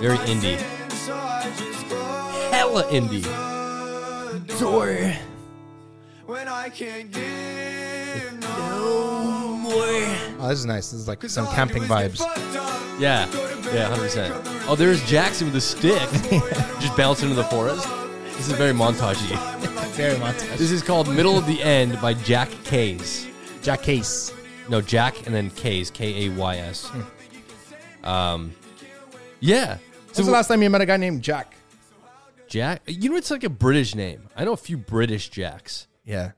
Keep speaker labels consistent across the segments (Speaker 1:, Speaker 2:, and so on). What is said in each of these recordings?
Speaker 1: Very indie. Hella indie. Sorry.
Speaker 2: When I can't give
Speaker 1: No more.
Speaker 3: Oh, this is nice. This is like some camping vibes.
Speaker 1: Yeah. Yeah, 100%. Oh, there's Jackson with a stick just bouncing into the forest. This is very montagey.
Speaker 3: Very much.
Speaker 1: This is called Middle of the End by Jack Kays.
Speaker 3: Jack Case.
Speaker 1: No, Jack and then Kays, K A Y S. Um, yeah.
Speaker 3: When's the last time you met a guy named Jack?
Speaker 1: Jack, you know, it's like a British name. I know a few British Jacks.
Speaker 3: Yeah.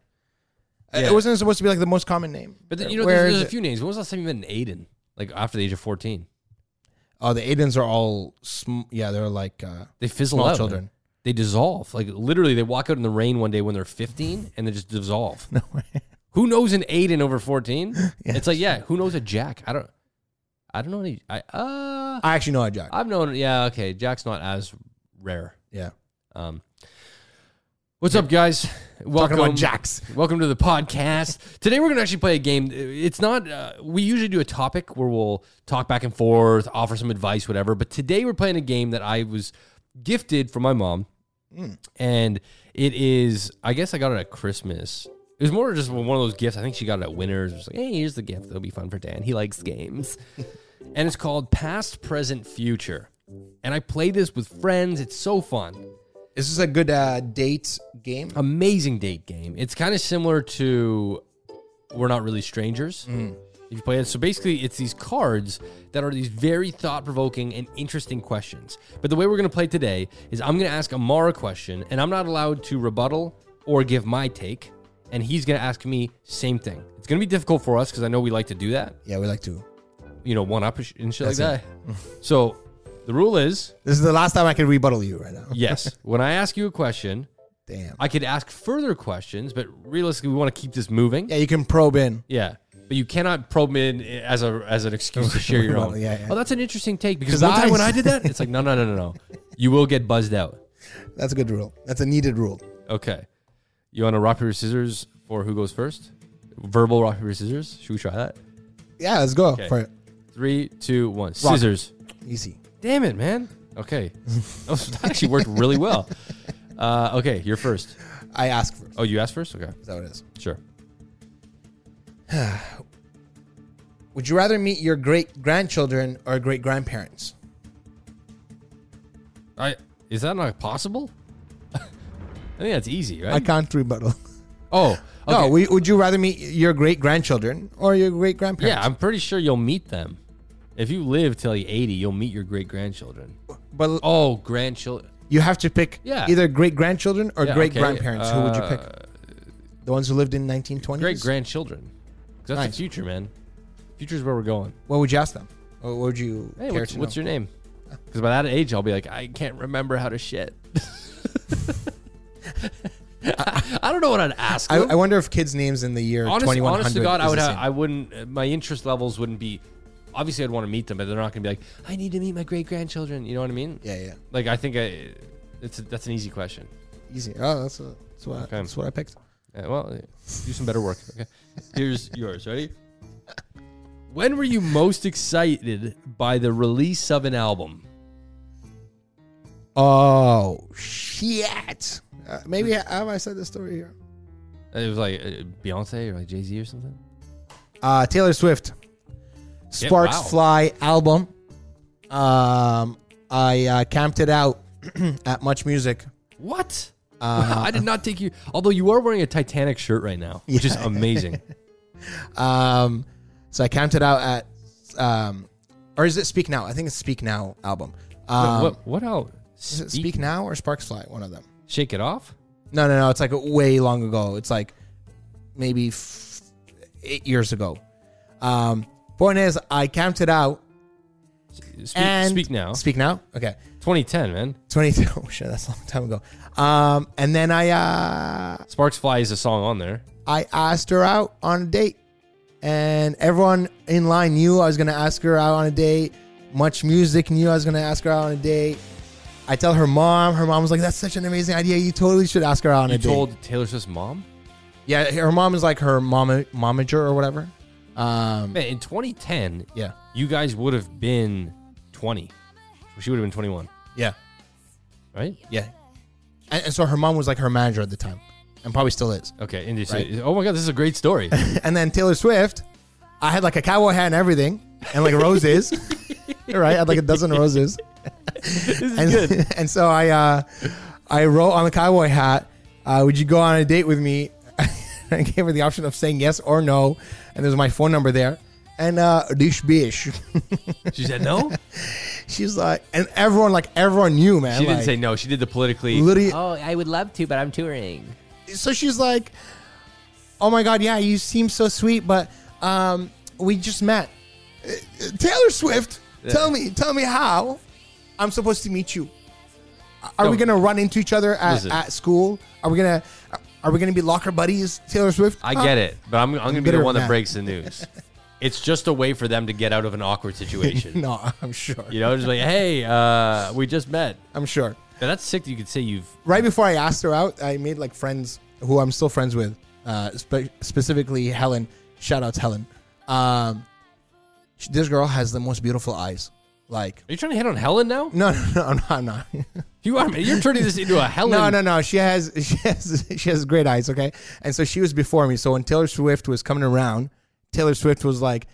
Speaker 1: Yeah.
Speaker 3: It wasn't supposed to be like the most common name.
Speaker 1: But then, you know,
Speaker 3: Where
Speaker 1: there's,
Speaker 3: is
Speaker 1: there's a
Speaker 3: it?
Speaker 1: few names. When was the last time you met an Aiden? Like after the age of 14?
Speaker 3: Oh, the Aidens are all. Sm- yeah, they're like. Uh,
Speaker 1: They fizzle
Speaker 3: Small
Speaker 1: out. man.
Speaker 3: children.
Speaker 1: They dissolve. Like literally, they walk out in the rain one day when they're 15 and they just dissolve.
Speaker 3: no way.
Speaker 1: Who knows an Aiden over 14? It's like, yeah, who knows a Jack? I don't, I don't know any. I, uh,
Speaker 3: I actually know a Jack.
Speaker 1: I've known, yeah, okay. Jack's not as rare.
Speaker 3: yeah.
Speaker 1: Um, what's up, guys? Welcome.
Speaker 3: Talking about Jacks.
Speaker 1: Welcome to the podcast. Today we're going to actually play a game. It's not, uh, we usually do a topic where we'll talk back and forth, offer some advice, whatever. But today we're playing a game that I was gifted from my mom. And it is, I guess I got it at Christmas. It was more just one of those gifts. I think she got it at Winners. It was like, hey, here's the gift. It'll be fun for Dan. He likes games. and it's called Past, Present, Future. And I play this with friends. It's so fun
Speaker 3: Is this a good uh, date game?
Speaker 1: amazing date game. It's kind of similar to We're Not Really Strangers. If you play it, so basically it's these cards that are these very thought provoking and interesting questions. But the way we're going to play today is I'm going to ask Amar a question, and I'm not allowed to rebuttal or give my take, and he's going to ask me same thing. It's going to be difficult for us because I know we like to do that,
Speaker 3: Yeah, we like to.
Speaker 1: you know, one up and sh- and shit like
Speaker 3: That's
Speaker 1: that. so the rule is
Speaker 3: This is the last time I can rebuttal you right now.
Speaker 1: yes, when I ask you a question.
Speaker 3: Damn.
Speaker 1: I could ask further questions, but realistically, we want to keep this moving.
Speaker 3: yeah, you can probe in.
Speaker 1: Yeah. But you cannot probe in as a as an excuse to share your own.
Speaker 3: Yeah, yeah.
Speaker 1: Oh, that's an interesting take because
Speaker 3: 'Cause
Speaker 1: one time
Speaker 3: I-
Speaker 1: when I did that, it's like no, no, no, no, no. You will get buzzed out.
Speaker 3: That's a good rule. That's a needed rule.
Speaker 1: Okay. You want to rock paper scissors for who goes first? Verbal rock paper scissors. Should we try that?
Speaker 3: Yeah, let's go
Speaker 1: Okay.
Speaker 3: for it.
Speaker 1: Three, two, one. Scissors.
Speaker 3: Easy.
Speaker 1: Damn it, man. Okay. Oh, that actually worked really well. Uh, okay, you're first.
Speaker 3: I ask first.
Speaker 1: Oh, you asked first. Okay,
Speaker 3: Is that what it is?
Speaker 1: sure.
Speaker 3: Would you rather meet your great grandchildren or great grandparents?
Speaker 1: I is that not possible? I think that's easy, right?
Speaker 3: I can't rebuttal.
Speaker 1: oh, okay.
Speaker 3: No, we, would you rather meet your great grandchildren or your great grandparents?
Speaker 1: Yeah, I'm pretty sure you'll meet them. If you live till you're 80, you'll meet your great grandchildren.
Speaker 3: But
Speaker 1: Oh, grandchildren.
Speaker 3: you have to pick
Speaker 1: Yeah.
Speaker 3: either great grandchildren or
Speaker 1: Yeah,
Speaker 3: great
Speaker 1: okay, uh,
Speaker 3: grandparents. Who would you pick? The ones who lived in 1920s?
Speaker 1: Great grandchildren. 'Cause that's
Speaker 3: Nice.
Speaker 1: the future, man. Future's where we're going.
Speaker 3: What would you ask them? Or what would you
Speaker 1: Hey,
Speaker 3: care
Speaker 1: what's,
Speaker 3: to
Speaker 1: what's
Speaker 3: know?
Speaker 1: your name? Because by that age, I'll be like, I can't remember how to shit. I, I don't know what I'd ask. them.
Speaker 3: I, I wonder if kids' names in the year
Speaker 1: honest,
Speaker 3: 2100
Speaker 1: honest to God, I
Speaker 3: is
Speaker 1: would.
Speaker 3: the
Speaker 1: Have,
Speaker 3: same.
Speaker 1: I wouldn't. uh, My interest levels wouldn't be. Obviously, I'd want to meet them, but they're not going to be like, I need to meet my great grandchildren. You know what I mean?
Speaker 3: yeah, yeah.
Speaker 1: Like, I think I, it's a, that's an easy question.
Speaker 3: Easy. Oh, that's, what that's, what I,
Speaker 1: Okay.
Speaker 3: that's what I picked.
Speaker 1: Uh, well, uh, do some better work. Okay. Here's yours. Ready? When were you most excited by the release of an album?
Speaker 3: Oh, shit. Uh, maybe have I said this story here?
Speaker 1: It was like uh, Beyonce or like Jay Z or something.
Speaker 3: uh, Taylor Swift, Sparks
Speaker 1: wow.
Speaker 3: Fly album. Um, I uh, camped it out at Much Music.
Speaker 1: What?
Speaker 3: Uh-huh.
Speaker 1: I did not take you. Although you are wearing a Titanic shirt right now, which is amazing.
Speaker 3: Um, so I camped it out at, um, or is it Speak Now? I think it's Speak Now album. Um,
Speaker 1: what? What else?
Speaker 3: is it
Speaker 1: Speak-
Speaker 3: Speak Now or Sparks Fly? One of them.
Speaker 1: Shake it off.
Speaker 3: No, no, no. It's like way long ago. It's like maybe f- eight years ago. Um, point is, I camped it out.
Speaker 1: Speak,
Speaker 3: And
Speaker 1: speak now.
Speaker 3: Speak now. Okay.
Speaker 1: 2010, man.
Speaker 3: 22 oh shit that's a long time ago um and then i uh
Speaker 1: Sparks Fly is a song on there.
Speaker 3: i asked her out on a date and everyone in line knew i was gonna ask her out on a date much music knew i was gonna ask her out on a date i tell her mom her mom was like that's such an amazing idea you totally should ask her out on
Speaker 1: You
Speaker 3: a date
Speaker 1: told Taylor Swift's mom.
Speaker 3: yeah her mom is like her mama momager or whatever um
Speaker 1: Man, in 2010,
Speaker 3: yeah
Speaker 1: you guys would have been 20. She would have been 21,
Speaker 3: Yeah.
Speaker 1: right?
Speaker 3: Yeah. And, and so her mom was like her manager at the time and probably still is.
Speaker 1: Okay. And you say,
Speaker 3: Right.
Speaker 1: oh my God, this is a great story.
Speaker 3: And then Taylor Swift, I had like a cowboy hat and everything and like roses, right? I had like a dozen roses.
Speaker 1: this is
Speaker 3: And,
Speaker 1: good.
Speaker 3: and so I, uh, I wrote on the cowboy hat, uh, would you go on a date with me? I gave her the option of saying yes or no. And there's my phone number there. And uh, dish bish.
Speaker 1: She said no.
Speaker 3: She's like, and everyone, like everyone knew, man.
Speaker 1: She didn't
Speaker 3: like,
Speaker 1: say no. She did the politically.
Speaker 3: literally.
Speaker 4: Oh, I would love to, but I'm touring.
Speaker 3: so she's like, "Oh my god, yeah, you seem so sweet, but um, we just met." Uh, uh, Taylor Swift, tell me, tell me how I'm supposed to meet you. Are we
Speaker 1: No.
Speaker 3: gonna run into each other at,
Speaker 1: Listen.
Speaker 3: at school? Are we gonna are we gonna be locker buddies, Taylor Swift?
Speaker 1: I
Speaker 3: Huh?
Speaker 1: get it, but I'm, I'm going to be
Speaker 3: bitter
Speaker 1: the one
Speaker 3: Matt.
Speaker 1: that breaks the news. it's just a way for them to get out of an awkward situation.
Speaker 3: No, I'm sure.
Speaker 1: You know, just like, hey, uh, we just met.
Speaker 3: I'm sure.
Speaker 1: Now, that's sick that you could say you've.
Speaker 3: Right before I asked her out, I made like friends who I'm still friends with, uh, spe- specifically Helen. Shout out to Helen. Um, sh- this girl has the most beautiful eyes. Like,
Speaker 1: Are you trying to hit on Helen now?
Speaker 3: No, no, no, I'm not- I'm not.
Speaker 1: You are. You're turning this into a Helen.
Speaker 3: No, no, no. She has, she has, she has great eyes. Okay, and so she was before me. So when Taylor Swift was coming around, Taylor Swift was like,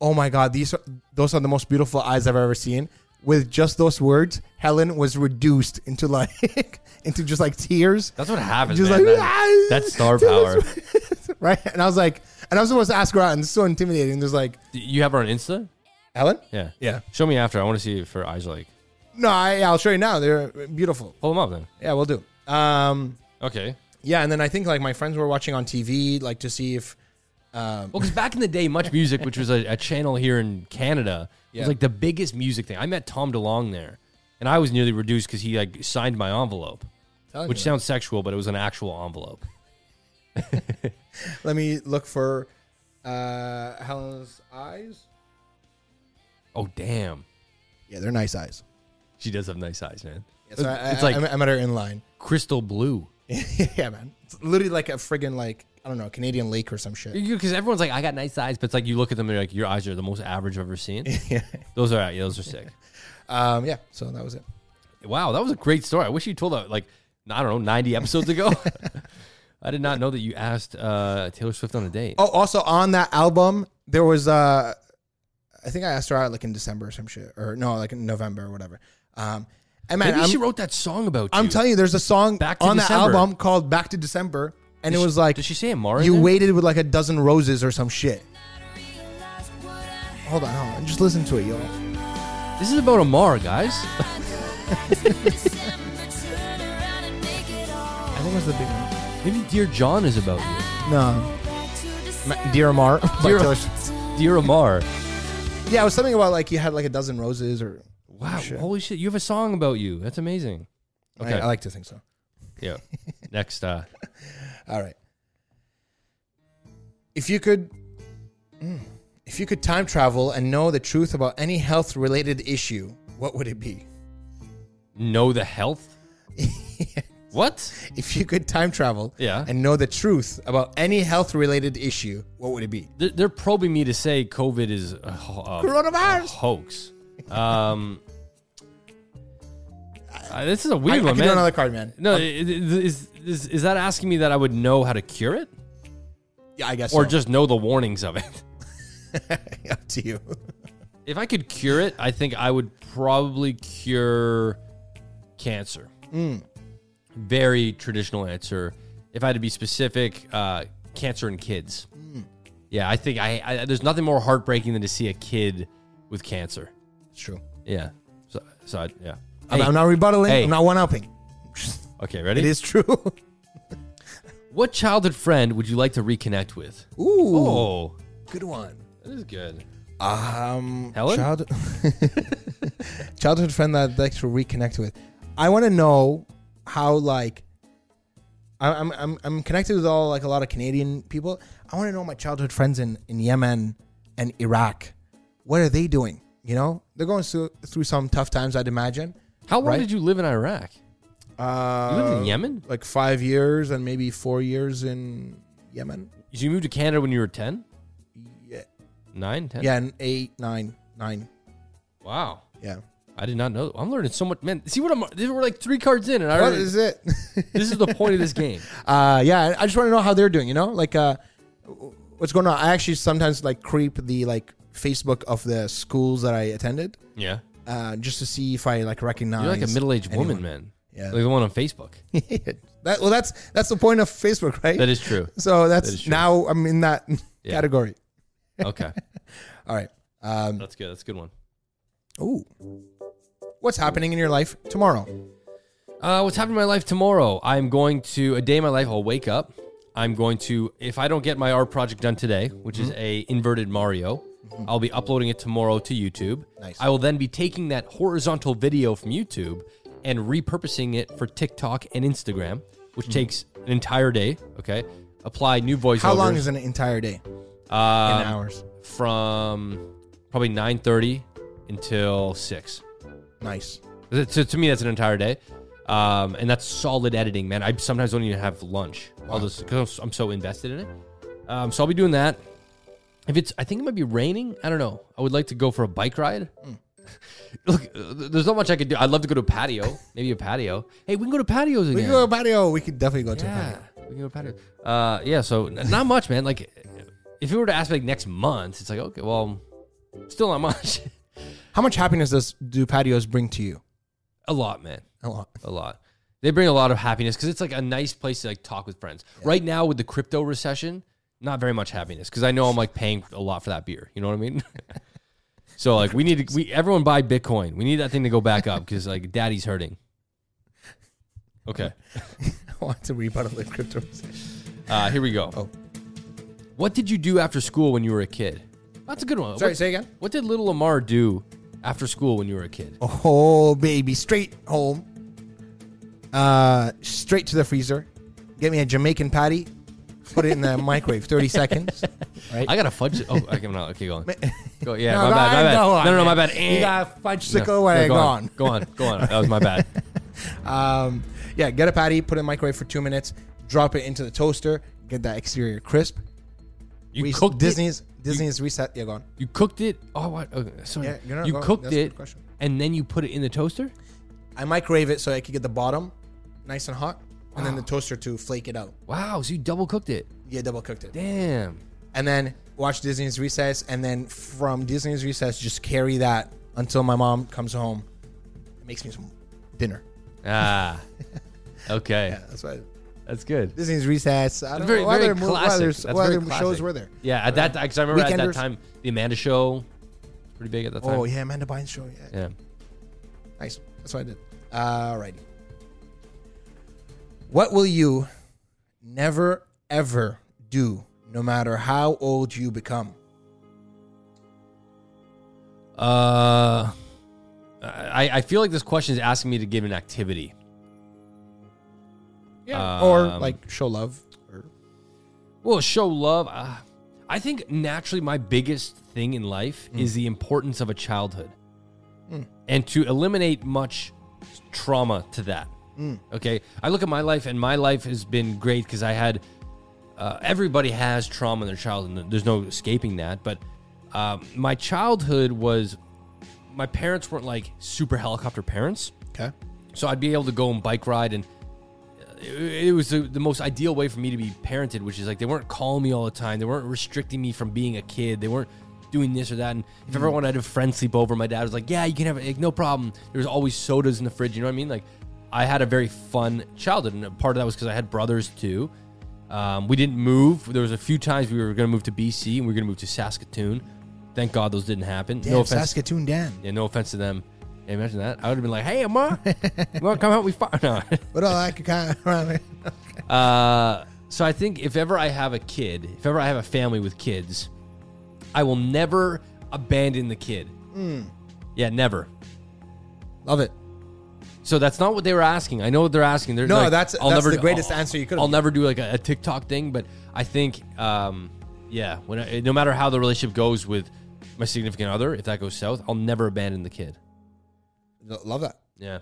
Speaker 3: "Oh my God, these are, those are the most beautiful eyes I've ever seen." With just those words, Helen was reduced into like into just like tears,
Speaker 1: That's what happens.
Speaker 3: Just
Speaker 1: man.
Speaker 3: like,
Speaker 1: That- that's star power.
Speaker 3: right? And I was like, and I was supposed to ask her out, and it's so intimidating. There's like,
Speaker 1: You have her on Insta?
Speaker 3: Helen?
Speaker 1: Yeah.
Speaker 3: Yeah.
Speaker 1: Show me after. I want to see if her eyes are like.
Speaker 3: No, I, I'll show you now. They're beautiful.
Speaker 1: Pull them up then.
Speaker 3: Yeah, we'll do. Um,
Speaker 1: Okay.
Speaker 3: Yeah, and then I think like my friends were watching on TV, like to see if. Um,
Speaker 1: Well, because back in the day, Much Music, which was a, a channel here in Canada,
Speaker 3: Yeah.
Speaker 1: was like the biggest music thing. I met Tom DeLong there, and I was nearly reduced because he like signed my envelope,
Speaker 3: Telling
Speaker 1: which
Speaker 3: you.
Speaker 1: sounds sexual, but it was an actual envelope.
Speaker 3: let me look for uh, Helen's eyes.
Speaker 1: Oh damn,
Speaker 3: Yeah, they're nice eyes.
Speaker 1: she does have nice eyes, man.
Speaker 3: Yeah, so I,
Speaker 1: it's
Speaker 3: I,
Speaker 1: like
Speaker 3: I, I met her in line.
Speaker 1: crystal blue.
Speaker 3: yeah, man, it's literally like a friggin' like I don't know Canadian lake or some shit.
Speaker 1: Because everyone's like, I got nice eyes, but it's like you look at them, and you're like, your eyes are the most average I've ever seen.
Speaker 3: yeah,
Speaker 1: Those are yeah, those are sick.
Speaker 3: um, yeah. So that was it.
Speaker 1: Wow, that was a great story. I wish you told that like I don't know, ninety episodes ago. I did not know that you asked uh, Taylor Swift on a date.
Speaker 3: Oh, also on that album there was uh, I think I asked her out like in December or some shit, or no, like in November or whatever. Um, and man,
Speaker 1: Maybe
Speaker 3: I'm,
Speaker 1: she wrote that song about you.
Speaker 3: I'm telling you, there's a song
Speaker 1: Back to
Speaker 3: on that
Speaker 1: December.
Speaker 3: album called "Back to December," and
Speaker 1: Did
Speaker 3: it
Speaker 1: she-
Speaker 3: was like
Speaker 1: did she say Amara?
Speaker 3: You waited with like a dozen roses or some shit. Hold on, hold on. Just listen to it, yo.
Speaker 1: This is about Amara, guys.
Speaker 3: I think that's the big one.
Speaker 1: Maybe Dear John is about you.
Speaker 3: No. Ma- Dear Amar. by
Speaker 1: Dear-
Speaker 3: Taylor Swift.
Speaker 1: Dear Amar.
Speaker 3: yeah, it was something about like you had like a dozen roses or.
Speaker 1: Wow,
Speaker 3: Shit.
Speaker 1: holy shit! You have a song about you. That's amazing. Okay,
Speaker 3: I, I like to think so.
Speaker 1: yeah. Next, uh,
Speaker 3: All right. If you could. Mm. if you could time travel and know the truth about any health related issue, what would it be?
Speaker 1: know the health. What?
Speaker 3: If you could time travel
Speaker 1: Yeah.
Speaker 3: and know the truth about any health related issue, what would it be?
Speaker 1: They're, they're probing me to say COVID is a, ho- a- a
Speaker 3: Coronavirus!
Speaker 1: hoax. Um, uh, this is a
Speaker 3: I, I
Speaker 1: weird one,
Speaker 3: could
Speaker 1: man.
Speaker 3: do another card, man.
Speaker 1: no, i- i- is, is is that asking me that I would know how to cure it,
Speaker 3: Yeah, I guess.
Speaker 1: or
Speaker 3: so.
Speaker 1: just know the warnings of it?
Speaker 3: up to you.
Speaker 1: If I could cure it, I think I would probably cure cancer. Very traditional answer. If I had to be specific, uh, cancer in kids. Yeah, I think I, I there's nothing more heartbreaking than to see a kid with cancer.
Speaker 3: It's true.
Speaker 1: Yeah. So, so I, yeah.
Speaker 3: I'm,
Speaker 1: Hey,
Speaker 3: I'm not rebuttaling.
Speaker 1: Hey.
Speaker 3: I'm not one upping.
Speaker 1: okay, ready?
Speaker 3: It is true.
Speaker 1: What childhood friend would you like to reconnect with?
Speaker 3: Ooh,
Speaker 1: Oh,
Speaker 3: good one.
Speaker 1: that is good.
Speaker 3: Um,
Speaker 1: Helen?
Speaker 3: child- childhood friend that I'd like to reconnect with. I want to know how like I- I'm I'm I'm connected with all like a lot of Canadian people. I want to know my childhood friends in in Yemen and Iraq. What are they doing? You know, they're going through through some tough times. I'd imagine.
Speaker 1: How long
Speaker 3: Right.
Speaker 1: did you live in Iraq?
Speaker 3: Uh,
Speaker 1: You lived in Yemen?
Speaker 3: like five years and maybe four years in Yemen.
Speaker 1: So you moved to Canada when you were 10?
Speaker 3: Yeah,
Speaker 1: 9, 10?
Speaker 3: yeah, and eight, nine, nine.
Speaker 1: Wow.
Speaker 3: Yeah,
Speaker 1: I did not know. I'm learning so much, man. See what I'm? These were like three cards in, and I
Speaker 3: What
Speaker 1: already,
Speaker 3: is it?
Speaker 1: this is the point of this game.
Speaker 3: uh, yeah, I just want to know how they're doing. You know, like uh, what's going on. I actually sometimes like creep the like Facebook of the schools that I attended
Speaker 1: Yeah,
Speaker 3: uh, just to see if I like recognize.
Speaker 1: you're like a middle-aged woman,
Speaker 3: anyone.
Speaker 1: man.
Speaker 3: Yeah.
Speaker 1: like the one on Facebook.
Speaker 3: that, well, that's that's the point of Facebook, right?
Speaker 1: That is true.
Speaker 3: so that's
Speaker 1: that is true.
Speaker 3: now I'm in that
Speaker 1: Yeah.
Speaker 3: category.
Speaker 1: Okay,
Speaker 3: All right. Um,
Speaker 1: that's good. That's a good one.
Speaker 3: ooh. What's happening in your life tomorrow?
Speaker 1: Uh, what's happening in my life tomorrow? I'm going to a day in my life. I'll wake up. I'm going to if I don't get my art project done today, which is
Speaker 3: Mm-hmm.
Speaker 1: a inverted Mario, I'll be uploading it tomorrow to YouTube.
Speaker 3: Nice.
Speaker 1: I will then be taking that horizontal video from YouTube and repurposing it for TikTok and Instagram, which
Speaker 3: Mm-hmm.
Speaker 1: takes an entire day. Okay. Apply new voiceovers.
Speaker 3: How long is an entire day?
Speaker 1: uh,
Speaker 3: in hours.
Speaker 1: from probably nine thirty until six.
Speaker 3: Nice.
Speaker 1: That- To, to me, that's an entire day. Um, and that's solid editing, man. I sometimes don't even have lunch. I'll just because I'm so invested in it. Um, so I'll be doing that. If it's, I think it might be raining. I don't know. I would like to go for a bike ride.
Speaker 3: Hmm.
Speaker 1: Look, uh, th- there's not much I could do. I'd love to go to a patio. Maybe a patio. Hey, we can go to patios again.
Speaker 3: We can go to patio. We could definitely go to
Speaker 1: yeah,
Speaker 3: patio.
Speaker 1: we can go to patio. Uh, yeah. So n- not much, man. Like, if you were to ask me like next month, it's like okay, well, still not much.
Speaker 3: How much happiness does do patios bring to you?
Speaker 1: a lot, man.
Speaker 3: A lot.
Speaker 1: a lot. They bring a lot of happiness because it's like a nice place to like talk with friends. Right now with the crypto recession, not very much happiness because I know I'm like paying a lot for that beer. You know what I mean? so like we need to, we everyone buy Bitcoin. We need that thing to go back up because like daddy's hurting. Okay,
Speaker 3: I want to rebuttal the crypto. recession.
Speaker 1: uh, here we go.
Speaker 3: Oh.
Speaker 1: What did you do after school when you were a kid? That's a good one.
Speaker 3: Sorry,
Speaker 1: what,
Speaker 3: say again.
Speaker 1: what did little Lamar do after school when you were a kid?
Speaker 3: Oh baby, straight home. Uh, straight to the freezer. Get me a Jamaican patty. Put it in the microwave. Thirty seconds. Right.
Speaker 1: I got a fudge. Oh, I can not. Okay, go on. Go, yeah,
Speaker 3: No,
Speaker 1: my
Speaker 3: go
Speaker 1: bad. My
Speaker 3: on,
Speaker 1: bad.
Speaker 3: go on,
Speaker 1: no, no, no, my
Speaker 3: man.
Speaker 1: bad.
Speaker 3: You
Speaker 1: Eh.
Speaker 3: got a fudge
Speaker 1: No,
Speaker 3: sickle
Speaker 1: no,
Speaker 3: when I
Speaker 1: go
Speaker 3: gone.
Speaker 1: on. Go on. Go on. That was my bad.
Speaker 3: Um, yeah, get a patty, put it in the microwave for two minutes, drop it into the toaster, get that exterior crisp.
Speaker 1: You
Speaker 3: Res-
Speaker 1: cooked
Speaker 3: Disney's
Speaker 1: It,
Speaker 3: Disney's reset. Yeah, gone.
Speaker 1: you cooked it. Oh, what? Okay, sorry.
Speaker 3: Yeah, you're not
Speaker 1: you
Speaker 3: wrong.
Speaker 1: cooked
Speaker 3: That's a
Speaker 1: it,
Speaker 3: good question.
Speaker 1: and then you put it in the toaster.
Speaker 3: I microwave it so I could get the bottom nice and hot, and then the toaster to flake it out.
Speaker 1: Wow. So you double cooked it.
Speaker 3: Yeah, double cooked it,
Speaker 1: Damn.
Speaker 3: and then watch Disney's recess, and then from Disney's recess, just carry that until my mom comes home, makes me some dinner.
Speaker 1: Ah. Okay.
Speaker 3: Yeah, that's why
Speaker 1: That's good.
Speaker 3: Disney's recess. I don't
Speaker 1: Very,
Speaker 3: know what
Speaker 1: very
Speaker 3: other, mo- what
Speaker 1: classic.
Speaker 3: other-
Speaker 1: That's
Speaker 3: what
Speaker 1: very
Speaker 3: other shows
Speaker 1: classic.
Speaker 3: were there.
Speaker 1: Yeah. At that, because I remember at that
Speaker 3: Weekenders.
Speaker 1: time, the Amanda Show, was pretty big at that time.
Speaker 3: Oh yeah, Amanda Bynes show. Yeah,
Speaker 1: yeah.
Speaker 3: Nice. That's what I did. Alrighty. What will you never ever do, no matter how old you become?
Speaker 1: Uh, I, I feel like this question is asking me to give an activity. Yeah.
Speaker 3: or
Speaker 1: Um,
Speaker 3: like show love. Or
Speaker 1: Well, show love. Uh, I think naturally my biggest thing in life is the importance of a childhood and to eliminate much trauma to that. Okay. I look at my life, and my life has been great because I had uh, everybody has trauma in their childhood. and There's no escaping that. But um, my childhood was my parents weren't like super helicopter parents.
Speaker 3: okay.
Speaker 1: So I'd be able to go and bike ride, and uh, it, it was the, the most ideal way for me to be parented, which is like they weren't calling me all the time, they weren't restricting me from being a kid, they weren't doing this or that. And if ever I wanted to have a friend sleep over, my dad was like, "Yeah, you can have it, like, no problem." There was always sodas in the fridge. You know what I mean? Like, I had a very fun childhood, and a part of that was because I had brothers too. Um, we didn't move. There was a few times we were going to move to BC and we were going to move to Saskatoon. Thank God those didn't happen.
Speaker 3: Damn,
Speaker 1: no offense.
Speaker 3: Saskatoon Dan.
Speaker 1: Yeah, no offense to them. Yeah, imagine that. I would have been like, "Hey, Ma, you want to come help me fight?" No.
Speaker 3: But all I could kind of
Speaker 1: Uh, so I think if ever I have a kid, if ever I have a family with kids, I will never abandon the kid.
Speaker 3: Hmm.
Speaker 1: Yeah, never.
Speaker 3: love it.
Speaker 1: So that's not what they were asking. I know what they're asking. They're
Speaker 3: No,
Speaker 1: like,
Speaker 3: that's-
Speaker 1: I'll
Speaker 3: that's
Speaker 1: never,
Speaker 3: the greatest
Speaker 1: I'll-
Speaker 3: answer you could've
Speaker 1: I'll
Speaker 3: given.
Speaker 1: never do like a, a TikTok thing, but I think, um, yeah, when I, no matter how the relationship goes with my significant other, if that goes south, I'll never abandon the kid.
Speaker 3: Lo- Love that.
Speaker 1: Yeah.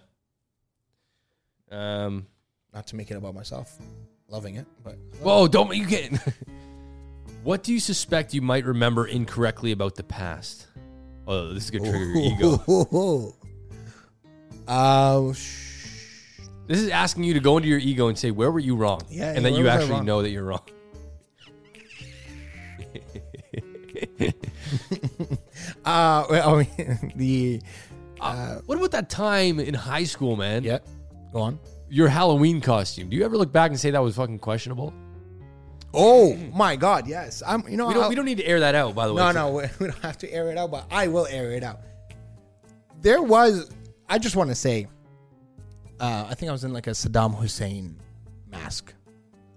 Speaker 1: Um.
Speaker 3: Not to make it about myself. Loving it, but
Speaker 1: Whoa, don't you get What do you suspect you might remember incorrectly about the past? Oh, this is gonna trigger your ego.
Speaker 3: Ooh, Uh, sh-
Speaker 1: This is asking you to go into your ego and say, where were you wrong?
Speaker 3: Yeah,
Speaker 1: and that
Speaker 3: where
Speaker 1: you
Speaker 3: was I
Speaker 1: actually
Speaker 3: wrong?
Speaker 1: know that you're wrong.
Speaker 3: uh, well, the
Speaker 1: Uh, what about that time in high school, man?
Speaker 3: yeah. Go on.
Speaker 1: Your Halloween costume. Do you ever look back and say that was fucking questionable?
Speaker 3: Oh my God! Yes, I'm. You know,
Speaker 1: We don't,
Speaker 3: I'll-
Speaker 1: we don't need to air that out, by the way.
Speaker 3: No, no, we, we don't have to air it out, but I will air it out. There was, I just want to say, uh, I think I was in like a Saddam Hussein mask,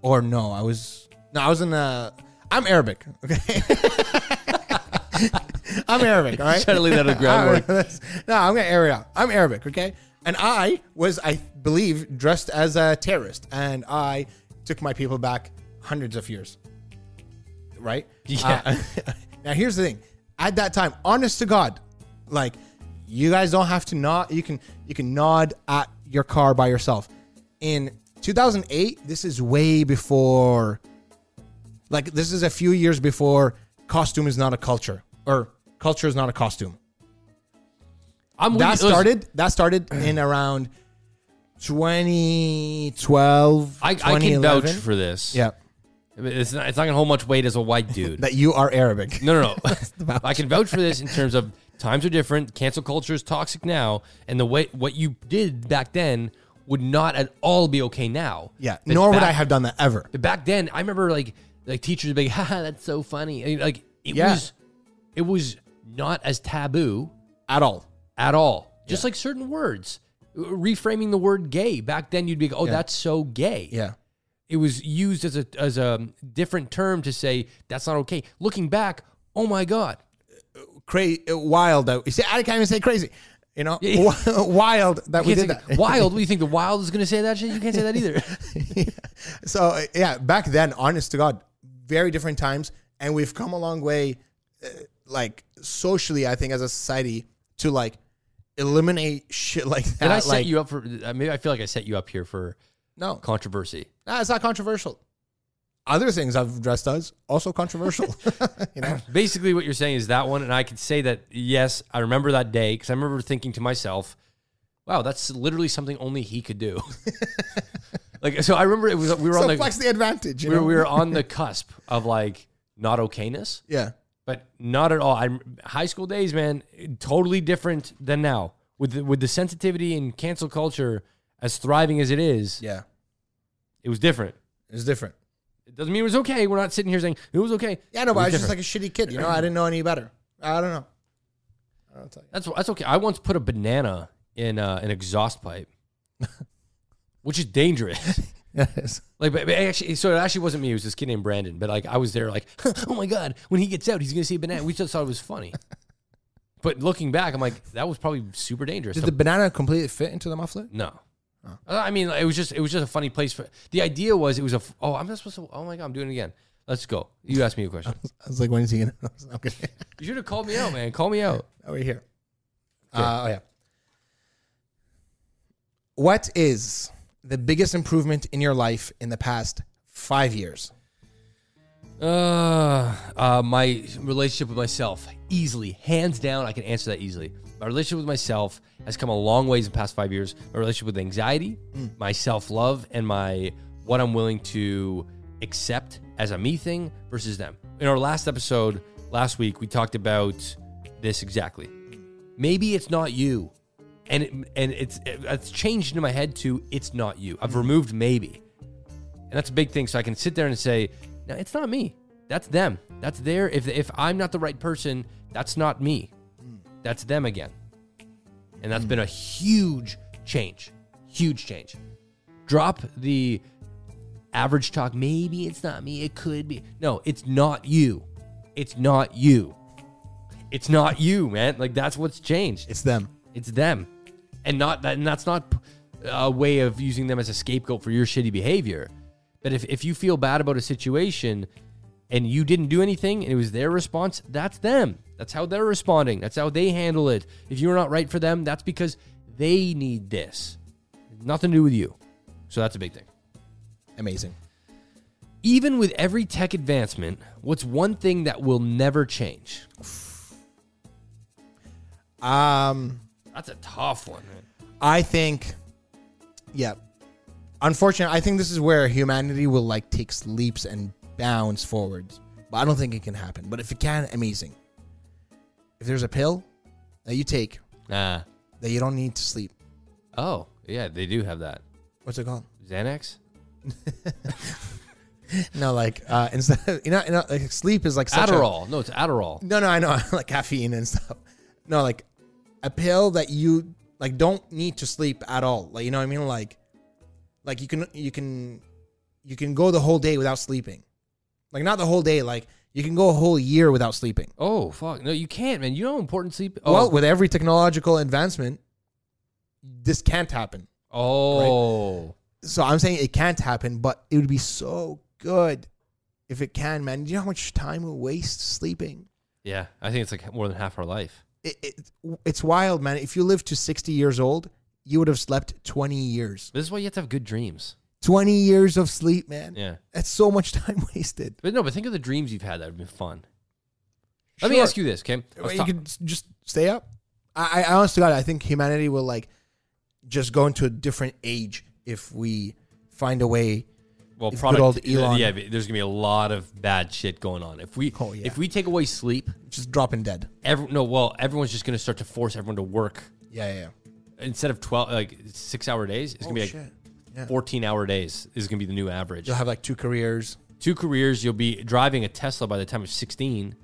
Speaker 3: or no, I was no, I was in a. I'm Arabic, okay. I'm Arabic, all right.
Speaker 1: Try to leave that as groundwork.
Speaker 3: no, I'm gonna air it out. I'm Arabic, okay. And I was, I believe, dressed as a terrorist, and I took my people back hundreds of years right?
Speaker 1: Yeah.
Speaker 3: Uh, now here's the thing. At that time, honest to God, like you guys don't have to nod. You can you can nod at your car by yourself. In 2008, this is way before. Like this is a few years before costume is not a culture or culture is not a costume.
Speaker 1: I'm
Speaker 3: That
Speaker 1: with you. Listen,
Speaker 3: started that started in around 2012.
Speaker 1: I, I can vouch
Speaker 3: 2011.
Speaker 1: for this.
Speaker 3: yeah
Speaker 1: I mean, It's not, it's not going to hold much weight as a white dude.
Speaker 3: that you are Arabic.
Speaker 1: No, no, no. I can vouch for this in terms of times are different. Cancel culture is toxic now, and the way what you did back then would not at all be okay now.
Speaker 3: Yeah,
Speaker 1: But
Speaker 3: nor would
Speaker 1: back-
Speaker 3: I have done that ever.
Speaker 1: But back then, I remember like like teachers would be like, "Haha, that's so funny." And, like it
Speaker 3: Yeah.
Speaker 1: was, it was not as taboo
Speaker 3: at all.
Speaker 1: at all. Just like certain words, reframing the word "gay" back then, you'd be like, "Oh, that's so gay."
Speaker 3: Yeah.
Speaker 1: it was used as a as a different term to say that's not okay. Looking back, oh my god,
Speaker 3: Crazy, wild. That you see, I can't even say crazy. You know,
Speaker 1: Yeah.
Speaker 3: Wi- wild that we
Speaker 1: You
Speaker 3: did
Speaker 1: can't say-
Speaker 3: that.
Speaker 1: wild. What do you think the wild is going to say that shit? You can't say that either.
Speaker 3: So yeah, back then, honest to God, very different times, and we've come a long way, uh, like socially, I think, as a society, to like eliminate shit like that.
Speaker 1: Did I set
Speaker 3: like,
Speaker 1: you up for? uh, Maybe I feel like I set you up here for
Speaker 3: No,
Speaker 1: controversy.
Speaker 3: nah, it's not controversial. Other things I've dressed as also controversial. you know,
Speaker 1: Basically, what you're saying is that one, and I could say that yes, I remember that day because I remember thinking to myself, "Wow, that's literally something only he could do." like, so I remember it was we were
Speaker 3: so
Speaker 1: on the
Speaker 3: flex the advantage. You
Speaker 1: we were,
Speaker 3: know?
Speaker 1: we were on the cusp of like not okayness.
Speaker 3: yeah.
Speaker 1: but not at all. I high school days, man, totally different than now. With the, with the sensitivity and cancel culture as thriving as it is,
Speaker 3: Yeah.
Speaker 1: it was different.
Speaker 3: It's different.
Speaker 1: It doesn't mean it was okay. We're not sitting here saying it was okay.
Speaker 3: Yeah, no, but I was
Speaker 1: was
Speaker 3: just like a shitty kid. You know, I didn't know any better. I don't know. I don't tell you.
Speaker 1: That's that's okay. I once put a banana in uh, an exhaust pipe, which is dangerous.
Speaker 3: Yes.
Speaker 1: Like, but but actually, so it actually wasn't me. It was this kid named Brandon. But like, I was there, like, oh my god, when he gets out, he's gonna see a banana. We just thought it was funny. But looking back, I'm like, that was probably super dangerous.
Speaker 3: Did
Speaker 1: to
Speaker 3: the banana completely fit into the muffler?
Speaker 1: No. Uh, I mean, it was just it was just a funny place for the idea was it was a f- oh I'm not supposed to oh my god I'm doing it again let's go you asked me a question
Speaker 3: I was like, when is he gonna? Okay,
Speaker 1: you should have called me out man call me out
Speaker 3: over here. Uh, oh yeah. What is the biggest improvement in your life in the past five years?
Speaker 1: uh, uh my relationship with myself easily hands down I can answer that easily my relationship with myself has come a long ways in the past five years my relationship with anxiety my self love and my what I'm willing to accept as a me thing versus them in our last episode last week we talked about this exactly maybe it's not you and it, and it's it's changed in my head to it's not you i've removed maybe and that's a big thing so i can sit there and say no it's not me that's them that's their if if i'm not the right person that's not me that's them again and that's been a huge change huge change drop the average talk maybe it's not me it could be no it's not you it's not you it's not you man like that's what's changed
Speaker 3: It's them.
Speaker 1: it's them, and not that. And that's not a way of using them as a scapegoat for your shitty behavior. But if if you feel bad about a situation and you didn't do anything and it was their response, that's them. That's how they're responding. That's how they handle it. If you're not right for them, that's because they need this. Nothing to do with you. So that's a big thing.
Speaker 3: Amazing.
Speaker 1: Even with every tech advancement, what's one thing that will never change?
Speaker 3: Um,
Speaker 1: That's a tough one. Man.
Speaker 3: I think, yeah. Unfortunately, I think this is where humanity will like takes leaps and bounds forwards. But I don't think it can happen. But if it can, amazing. If there's a pill that you take
Speaker 1: Nah.
Speaker 3: that you don't need to sleep,
Speaker 1: Oh, yeah, they do have that.
Speaker 3: what's it called?
Speaker 1: Xanax?
Speaker 3: No, like uh, instead of you know, you know like sleep is like such a-
Speaker 1: Adderall. no, it's Adderall.
Speaker 3: No, no, I know, like caffeine and stuff. No, like a pill that you like don't need to sleep at all. Like you know what I mean? Like, like you can you can you can go the whole day without sleeping. Like not the whole day. Like you can go a whole year without sleeping.
Speaker 1: Oh, fuck. No, you can't, man. You know how important sleep Oh,
Speaker 3: Well, with every technological advancement, this can't happen.
Speaker 1: oh.
Speaker 3: So I'm saying it can't happen, but it would be so good if it can, man. Do you know how much time we waste sleeping?
Speaker 1: yeah. I think it's like more than half our life.
Speaker 3: it, it, it's wild, man. If you lived to 60 years old, you would have slept 20 years.
Speaker 1: This is why you have to have good dreams.
Speaker 3: 20 years of sleep, man.
Speaker 1: Yeah.
Speaker 3: That's so much time wasted.
Speaker 1: But no, but think of the dreams you've had that have been fun. Let me ask you this, okay? I was
Speaker 3: Well, you
Speaker 1: talk-
Speaker 3: could s- just stay up. I, I honestly, God, I think humanity will like just go into a different age if we find a way.
Speaker 1: well,
Speaker 3: if good
Speaker 1: product,
Speaker 3: old Elon-
Speaker 1: Yeah, but there's gonna be a lot of bad shit going on if we
Speaker 3: Oh, yeah.
Speaker 1: if we take away sleep.
Speaker 3: Just dropping dead.
Speaker 1: Every, no, well, everyone's just gonna start to force everyone to work
Speaker 3: Yeah, yeah.
Speaker 1: instead of twelve like six hour days.
Speaker 3: Oh,
Speaker 1: It's gonna be like fourteen hour days is gonna be the new average.
Speaker 3: You'll have like two careers.
Speaker 1: Two careers, you'll be driving a Tesla by the time you're sixteen.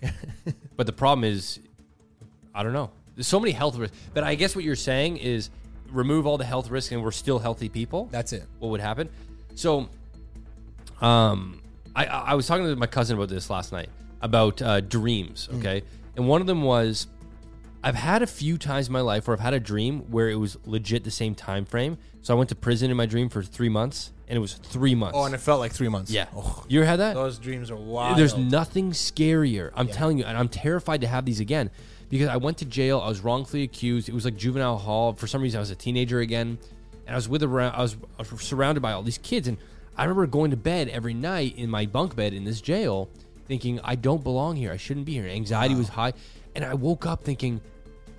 Speaker 1: but the problem is, I don't know. There's so many health risks. But I guess what you're saying is remove all the health risks and we're still healthy people.
Speaker 3: That's it.
Speaker 1: what would happen. So, um, I I I was talking to my cousin about this last night about uh, dreams.
Speaker 3: Mm.
Speaker 1: Okay, and one of them was I've had a few times in my life where I've had a dream where it was legit the same time frame. So I went to prison in my dream for three months, and it was three months.
Speaker 3: Oh, and it felt like three months.
Speaker 1: yeah,
Speaker 3: Oh,
Speaker 1: you ever had that?
Speaker 3: those dreams are wild.
Speaker 1: There's nothing scarier. I'm telling you, and I'm terrified to have these again because I went to jail. I was wrongfully accused. It was like juvenile hall. For some reason, I was a teenager again, and I was with around. I was, I was surrounded by all these kids, and I remember going to bed every night in my bunk bed in this jail, thinking I don't belong here. I shouldn't be here. Anxiety was high, and I woke up thinking,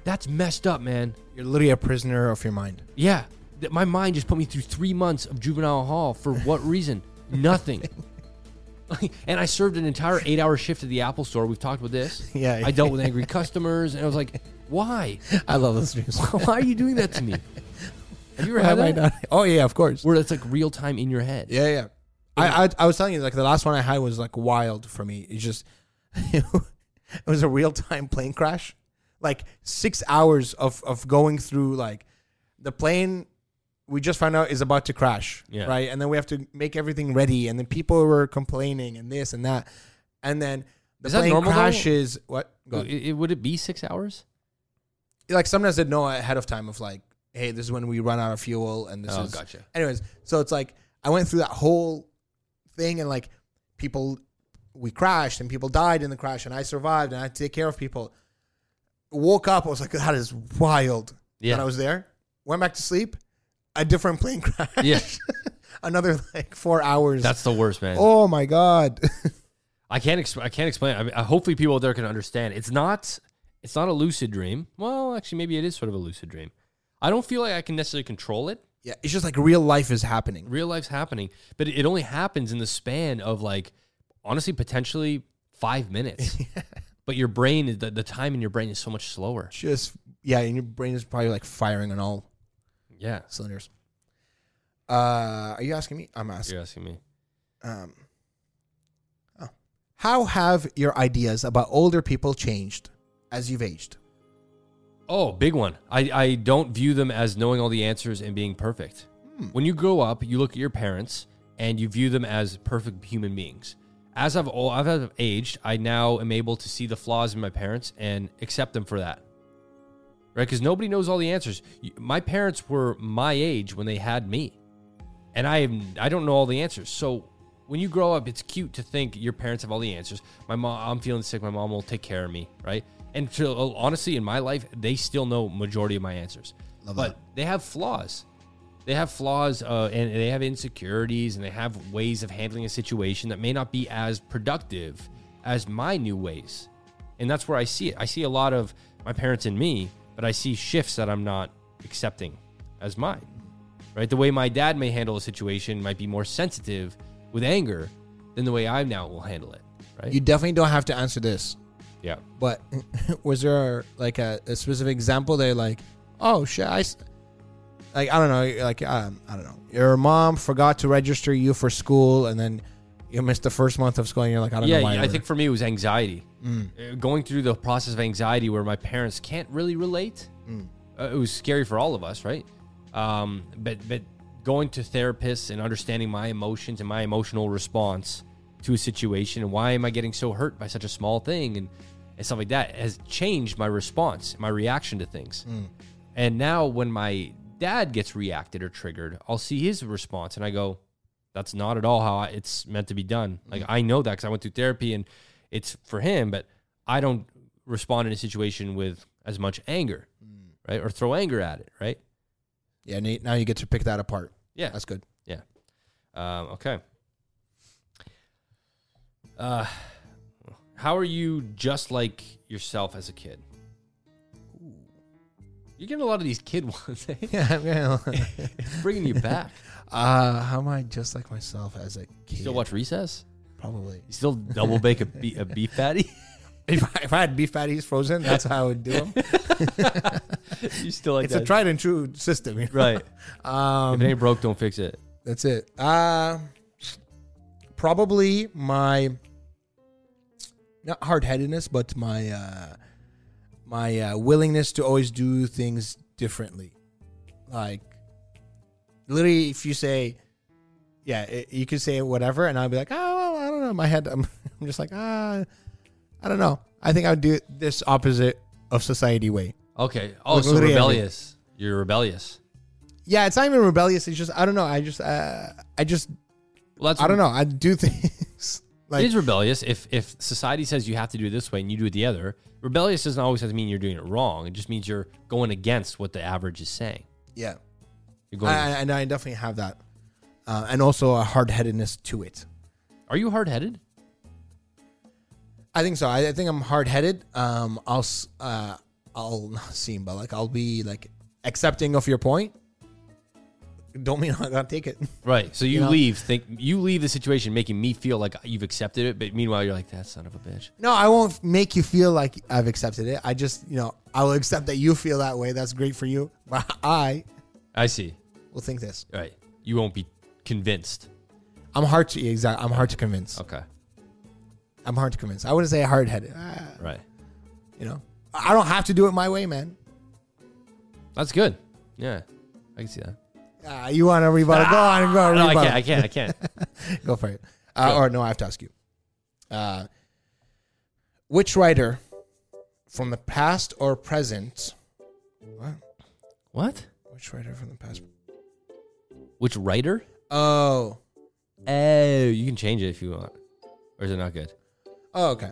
Speaker 1: "That's messed up, man."
Speaker 3: You're literally a prisoner of your mind.
Speaker 1: Yeah. Th- My mind just put me through three months of juvenile hall for what reason? Nothing. and I served an entire eight hour shift at the Apple store. We've talked about this.
Speaker 3: Yeah.
Speaker 1: I dealt with angry customers and I was like, why?
Speaker 3: I love those dreams.
Speaker 1: Why are you doing that to me? Have you ever
Speaker 3: Why
Speaker 1: had
Speaker 3: am I
Speaker 1: that?
Speaker 3: not? Oh yeah, of course.
Speaker 1: Where it's like real time in your head.
Speaker 3: Yeah, yeah. I, I I was telling you like the last one I had was like wild for me. It's just it was a real time plane crash. Like six hours of of going through like the plane we just found out is about to crash.
Speaker 1: Yeah.
Speaker 3: Right. And then we have to make everything ready and then people were complaining and this and that. And then the
Speaker 1: Is that
Speaker 3: plane
Speaker 1: normal, though?
Speaker 3: crashes what Go
Speaker 1: It, it- would it be six hours?
Speaker 3: like sometimes they know ahead of time of like, hey, this is when we run out of fuel and this
Speaker 1: Oh,
Speaker 3: is
Speaker 1: gotcha.
Speaker 3: Anyways, so it's like I went through that whole thing and like people we crashed and people died in the crash and I survived and I had to take care of people. Woke up, I was like, that is wild.
Speaker 1: Yeah.
Speaker 3: And I was there, went back to sleep, a different plane crash.
Speaker 1: Yeah.
Speaker 3: Another like four hours.
Speaker 1: That's the worst, man.
Speaker 3: oh my God.
Speaker 1: I can't. Exp- I can't explain. it. I mean, I- hopefully, people out there can understand. It's not. It's not a lucid dream. Well, actually, maybe it is sort of a lucid dream. I don't feel like I can necessarily control it.
Speaker 3: yeah, it's just like real life is happening.
Speaker 1: Real life's happening, but it only happens in the span of like, honestly, potentially five minutes. But your brain, is- the, the time in your brain is so much slower.
Speaker 3: Just yeah, and your brain is probably like firing on all
Speaker 1: Yeah,
Speaker 3: cylinders. Uh, are you asking me? I'm asking.
Speaker 1: you're asking me.
Speaker 3: Um, oh. How have your ideas about older people changed as you've aged?
Speaker 1: Oh, big one. I, I don't view them as knowing all the answers and being perfect. When you grow up, you look at your parents and you view them as perfect human beings. As I've all I've I've aged, I now am able to see the flaws in my parents and accept them for that. Right? Because nobody knows all the answers. You- My parents were my age when they had me, and I am I don't know all the answers. So when you grow up, it's cute to think your parents have all the answers. My mom, I'm feeling sick. My mom will take care of me, right? And to, uh, honestly, in my life, they still know majority of my answers, but they have flaws. They have flaws, uh, and they have insecurities, and they have ways of handling a situation that may not be as productive as my new ways. And that's where I see it. I see a lot of my parents in me, but I see shifts that I'm not accepting. as mine, right? The way my dad may handle a situation might be more sensitive with anger than the way I now will handle it, right?
Speaker 3: You definitely don't have to answer this.
Speaker 1: yeah.
Speaker 3: But was there like a, a specific example that like, oh shit, I, s- like I don't know, like um, I don't know, your mom forgot to register you for school, and then you missed the first month of school, and you're like, I Mm. don't
Speaker 1: yeah,
Speaker 3: know why.
Speaker 1: yeah, I
Speaker 3: we're-
Speaker 1: think for me it was anxiety. Uh, Going through the process of anxiety where my parents can't really relate.
Speaker 3: Mm.
Speaker 1: Uh, it was scary for all of us, right? Um, but but going to therapists and understanding my emotions and my emotional response to a situation and why am I getting so hurt by such a small thing and and stuff like that has changed my response, my reaction to things.
Speaker 3: Mm.
Speaker 1: And now when my dad gets reacted or triggered, I'll see his response and I go, that's not at all how I, it's meant to be done. Like I know that because I went through therapy and it's for him, but I don't respond in a situation with as much anger, right? Or throw anger at it, right?
Speaker 3: yeah, Nate, now you get to pick that apart.
Speaker 1: Yeah.
Speaker 3: That's good.
Speaker 1: Yeah. Um, okay. Uh, how are you just like yourself as a kid? You're getting a lot of these kid ones. eh?
Speaker 3: Yeah, yeah.
Speaker 1: It's bringing you back.
Speaker 3: uh, how am I just like myself as a kid?
Speaker 1: Still watch Recess?
Speaker 3: Probably.
Speaker 1: You still double bake a, be- a beef patty?
Speaker 3: If I, if I had beef patties frozen, that's how I would do them.
Speaker 1: you still like
Speaker 3: it's
Speaker 1: that?
Speaker 3: a tried and true system, you know?
Speaker 1: right.
Speaker 3: Um,
Speaker 1: If it ain't broke, don't fix it.
Speaker 3: That's it. Uh probably my not hard headedness, but my uh my uh, willingness to always do things differently. Like literally if you say yeah, it, you could say whatever and I'll be like, "Oh, well, I don't know." In my head I'm, I'm just like, "Ah, I don't know. I think I would do it this opposite of society way."
Speaker 1: Okay. Oh,
Speaker 3: Like,
Speaker 1: so
Speaker 3: literally
Speaker 1: rebellious. You're rebellious.
Speaker 3: Yeah, it's not even rebellious. It's just I don't know. I just uh, I just
Speaker 1: Well, that's
Speaker 3: I don't know. I do things
Speaker 1: It
Speaker 3: like
Speaker 1: is rebellious. If if society says you have to do it this way and you do it the other, rebellious doesn't always have to mean you're doing it wrong. It just means you're going against what the average is saying.
Speaker 3: Yeah,
Speaker 1: You're
Speaker 3: I,
Speaker 1: going.
Speaker 3: I, and I definitely have that, uh, and also a hard headedness to it.
Speaker 1: are you hard headed?
Speaker 3: I think so. I, I think I'm hard headed. Um, I'll s- uh, I'll not seem, but like I'll be like accepting of your point. Don't mean I gotta take it.
Speaker 1: Right. So you
Speaker 3: know?
Speaker 1: leave. Think you leave the situation, making me feel like you've accepted it, but meanwhile you're like that son of a bitch.
Speaker 3: No, I won't make you feel like I've accepted it. I just, you know, I will accept that you feel that way. That's great for you, but I
Speaker 1: I see.
Speaker 3: will think this.
Speaker 1: Right. You won't be convinced.
Speaker 3: I'm hard to exact. I'm hard to convince.
Speaker 1: Okay.
Speaker 3: I'm hard to convince. I wouldn't say hard headed.
Speaker 1: Right.
Speaker 3: you know, I I don't have to do it my way, man.
Speaker 1: That's good. Yeah. I can see that.
Speaker 3: Uh, you want to rebuttal? go on, go on,
Speaker 1: No, I
Speaker 3: rebuttal.
Speaker 1: can't. I can't. I can't.
Speaker 3: Go for it. Uh, or no, I have to ask you. Uh, which writer from the past or present? What?
Speaker 1: what?
Speaker 3: Which writer from the past?
Speaker 1: Which writer?
Speaker 3: Oh,
Speaker 1: Oh, you can change it if you want. Or is it not good?
Speaker 3: oh, okay.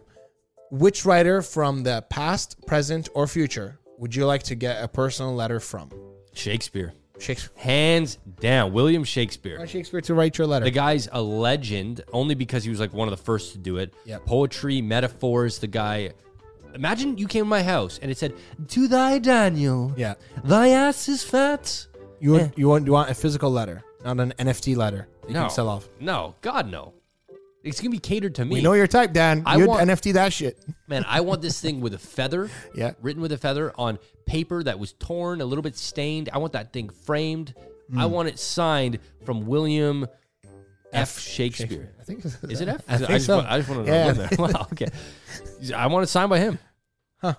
Speaker 3: Which writer from the past, present, or future would you like to get a personal letter from?
Speaker 1: Shakespeare.
Speaker 3: Shakespeare.
Speaker 1: Hands down, William Shakespeare.
Speaker 3: Want Shakespeare to write your letter.
Speaker 1: The guy's a legend only because he was like one of the first to do it.
Speaker 3: Yep.
Speaker 1: Poetry, metaphors, the guy. Imagine you came to my house and it said, To thy Daniel,
Speaker 3: yeah.
Speaker 1: thy ass is fat.
Speaker 3: You want, you want you want a physical letter, not an NFT letter that you
Speaker 1: No.
Speaker 3: can sell off.
Speaker 1: No, God, no. It's going to be catered to me.
Speaker 3: We know your type, Dan.
Speaker 1: I
Speaker 3: You'd
Speaker 1: want-
Speaker 3: NFT that shit.
Speaker 1: Man, I want this thing with a feather,
Speaker 3: Yeah.
Speaker 1: written with a feather on paper that was torn, a little bit stained. I want that thing framed.
Speaker 3: Mm.
Speaker 1: I want it signed from William F. Shakespeare.
Speaker 3: I think it's-
Speaker 1: Is it F?
Speaker 3: I think
Speaker 1: just
Speaker 3: so.
Speaker 1: want- I just wanted to
Speaker 3: Yeah.
Speaker 1: know that. Wow, okay. He's- I want it signed by him.
Speaker 3: Huh.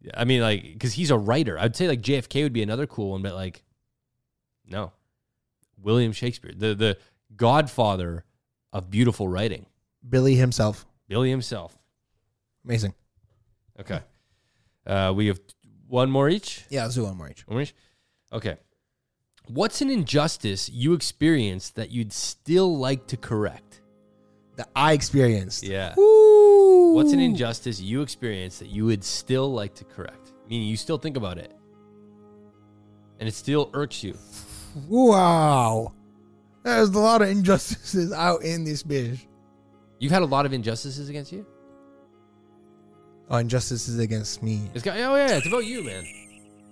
Speaker 1: Yeah, I mean, like, because he's a writer. I'd say like JFK would be another cool one, but like, no, William Shakespeare, the the Godfather of beautiful writing,
Speaker 3: Billy himself.
Speaker 1: Billy himself.
Speaker 3: Amazing.
Speaker 1: Okay, uh, we have one more each.
Speaker 3: Yeah, let's do one more each.
Speaker 1: One more each? Okay, what's an injustice you experienced that you'd still like to correct?
Speaker 3: That I experienced.
Speaker 1: Yeah.
Speaker 3: Ooh.
Speaker 1: What's an injustice you experienced that you would still like to correct? Meaning you still think about it. And it still irks you.
Speaker 3: Wow. There's a lot of injustices out in this bitch.
Speaker 1: You've had a lot of injustices against you?
Speaker 3: Oh, injustices against me.
Speaker 1: It's got oh yeah, it's about you, man.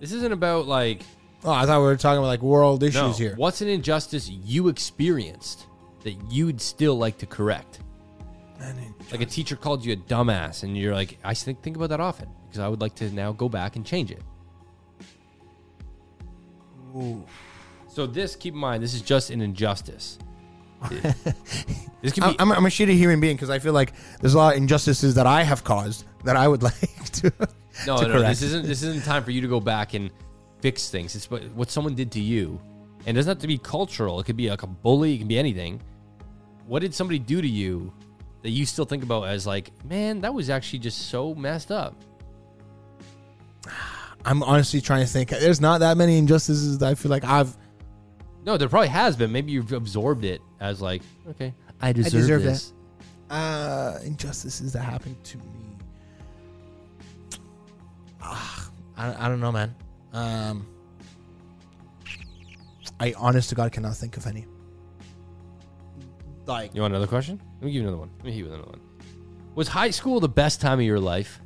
Speaker 1: This isn't about like
Speaker 3: Oh, I thought we were talking about like world issues
Speaker 1: No.
Speaker 3: here.
Speaker 1: What's an injustice you experienced that you'd still like to correct? Like a teacher called you a dumbass, and you're like, I think think about that often because I would like to now go back and change it. So this, keep in mind, this is just an injustice. this could be.
Speaker 3: I'm, I'm, a- I'm a shitty human being because I feel like there's a lot of injustices that I have caused that I would like to.
Speaker 1: no,
Speaker 3: to
Speaker 1: no,
Speaker 3: correct.
Speaker 1: this isn't. This isn't time for you to go back and fix things. It's what, what someone did to you, and it doesn't have to be cultural. It could be like a bully. It can be anything. What did somebody do to you that you still think about as like, man, that was actually just so messed up?
Speaker 3: I'm honestly trying to think. There's not that many injustices that I feel like I've
Speaker 1: No, there probably has been. Maybe you've absorbed it as like, okay, I deserve,
Speaker 3: deserve
Speaker 1: this.
Speaker 3: uh, injustices that happened to me. Ah, I, I don't know, man. Um, I honest to God cannot think of any. Like
Speaker 1: You want another question? Let me give you another one. Let me hit you with another one. Was high school the best time of your life?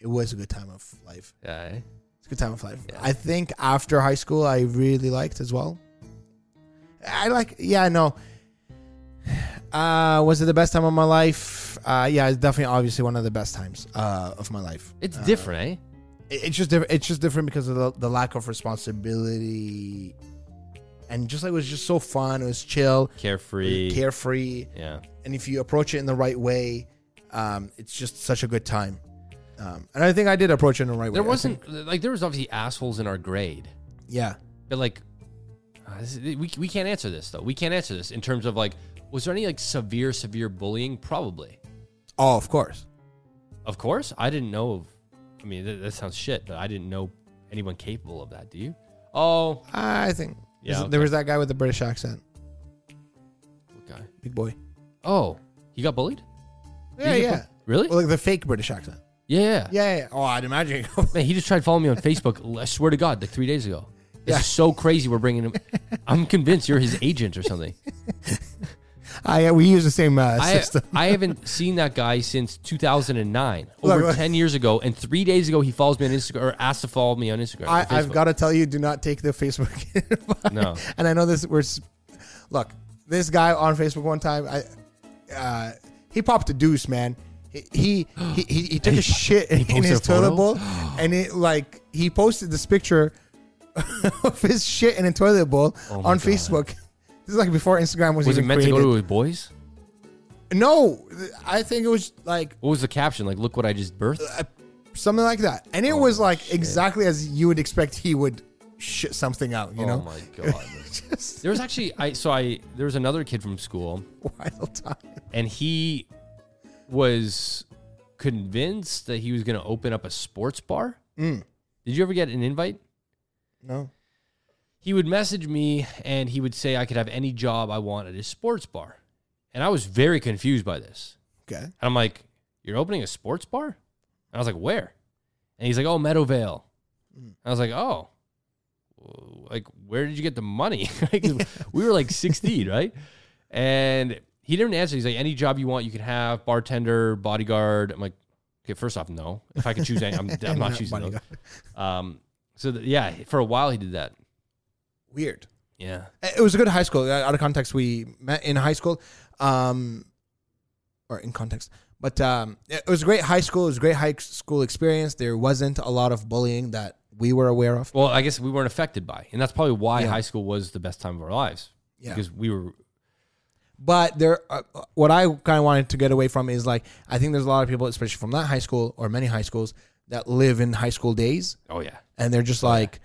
Speaker 3: it was a good time of life.
Speaker 1: Yeah.
Speaker 3: It's a good time of life. I think after high school, I really liked as well. I like, yeah, no. Uh, was it the best time of my life? Uh, yeah, it's definitely, obviously, one of the best times uh, of my life.
Speaker 1: It's
Speaker 3: Uh,
Speaker 1: different, eh?
Speaker 3: it- it's just different. It's just different because of the, the lack of responsibility, and just like it was just so fun. It was chill,
Speaker 1: Carefree.
Speaker 3: carefree,
Speaker 1: yeah.
Speaker 3: and if you approach it in the right way, um, it's just such a good time. Um, and I think I did approach it in the right way.
Speaker 1: There
Speaker 3: I think-
Speaker 1: wasn't like there was obviously assholes in our grade.
Speaker 3: yeah.
Speaker 1: But like, uh, this is- we we can't answer this though. We can't answer this in terms of like, was there any like severe severe bullying? Probably,
Speaker 3: Oh, of course.
Speaker 1: of course. I didn't know of. I mean, that, that sounds shit, but I didn't know anyone capable of that. Do you? Oh,
Speaker 3: I think.
Speaker 1: Yeah,
Speaker 3: There was that guy with the British accent,
Speaker 1: okay.
Speaker 3: big boy.
Speaker 1: Oh, he got bullied.
Speaker 3: Yeah,
Speaker 1: Did you
Speaker 3: yeah.
Speaker 1: get bu- Really?
Speaker 3: Well, like the fake British accent.
Speaker 1: yeah, yeah.
Speaker 3: Yeah. yeah. Oh, I'd imagine.
Speaker 1: Man, he just tried following me on Facebook. I swear to God, like three days ago. This
Speaker 3: Yeah.
Speaker 1: is so crazy. We're bringing him. I'm convinced you're his agent or something.
Speaker 3: I we use the same uh,
Speaker 1: I,
Speaker 3: system.
Speaker 1: I haven't seen that guy since 2009,
Speaker 3: Look,
Speaker 1: over
Speaker 3: look.
Speaker 1: 10 years ago. And three days ago, he follows me on Instagram or asked to follow me on Instagram.
Speaker 3: I,
Speaker 1: on
Speaker 3: I've
Speaker 1: Facebook.
Speaker 3: got to tell you, do not take the Facebook. invite.
Speaker 1: No.
Speaker 3: And I know this. We're s- look. This guy on Facebook one time, I uh, he popped a deuce, man. He he he, he, he took a shit in,
Speaker 1: posted
Speaker 3: his
Speaker 1: a photo?
Speaker 3: toilet bowl, and it like he posted this picture of his shit in a toilet bowl
Speaker 1: Oh my
Speaker 3: on
Speaker 1: God.
Speaker 3: Facebook. This is like before Instagram was,
Speaker 1: Was it
Speaker 3: even
Speaker 1: meant to
Speaker 3: created.
Speaker 1: go to his boys?
Speaker 3: no, th- I think it was like
Speaker 1: What was the caption? Like, look what I just birthed?
Speaker 3: Uh, something like that, and it
Speaker 1: Oh,
Speaker 3: was like exactly as you would expect he would shit something out. You
Speaker 1: oh
Speaker 3: know,
Speaker 1: my God.
Speaker 3: just
Speaker 1: there was actually, I so I, there was another kid from school,
Speaker 3: wild time.
Speaker 1: and he was convinced that he was going to open up a sports bar. Did you ever get an invite?
Speaker 3: No.
Speaker 1: he would message me and he would say I could have any job I want at his sports bar. And I was very confused by this.
Speaker 3: Okay.
Speaker 1: And I'm like, You're opening a sports bar? And I was like, Where? And he's like, Oh, Meadowvale.
Speaker 3: Mm.
Speaker 1: And I was like, Oh, like, where did you get the money? Like, we were like 16, right? And he didn't answer. He's like, Any job you want, you can have bartender, bodyguard. I'm like, Okay, first off, no. If I could choose any, I'm, I'm not choosing those. Um, so, th- yeah, for a while he did that.
Speaker 3: Weird.
Speaker 1: Yeah.
Speaker 3: It was a good high school. Uh, Out of context, we met in high school, um, or in context. But um, it it was a great high school. It was a great high school experience. There wasn't a lot of bullying that we were aware of.
Speaker 1: Well, I guess we weren't affected by, and that's probably why
Speaker 3: Yeah.
Speaker 1: high school was the best time of our lives.
Speaker 3: Yeah.
Speaker 1: Because we were
Speaker 3: But there, uh, what I kind of wanted to get away from is like I think there's a lot of people, especially from that high school or many high schools, that live in high school days,
Speaker 1: oh yeah,
Speaker 3: and they're just like,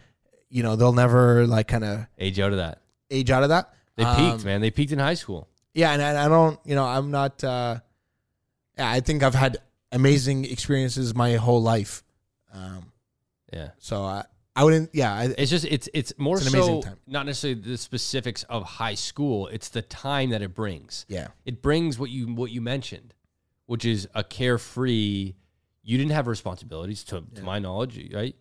Speaker 3: you know, they'll never like kind of
Speaker 1: age out of that.
Speaker 3: age out of that.
Speaker 1: They
Speaker 3: Um,
Speaker 1: peaked, man. They peaked in high school.
Speaker 3: yeah and I, I don't you know i'm not uh yeah, i think i've had amazing experiences my whole life um
Speaker 1: Yeah.
Speaker 3: so i i wouldn't yeah I,
Speaker 1: It's just it's it's more
Speaker 3: It's an
Speaker 1: so
Speaker 3: amazing time.
Speaker 1: not necessarily the specifics of high school. It's the time that it brings.
Speaker 3: yeah
Speaker 1: It brings what you what you mentioned, which is a carefree. You didn't have responsibilities to to my knowledge, right?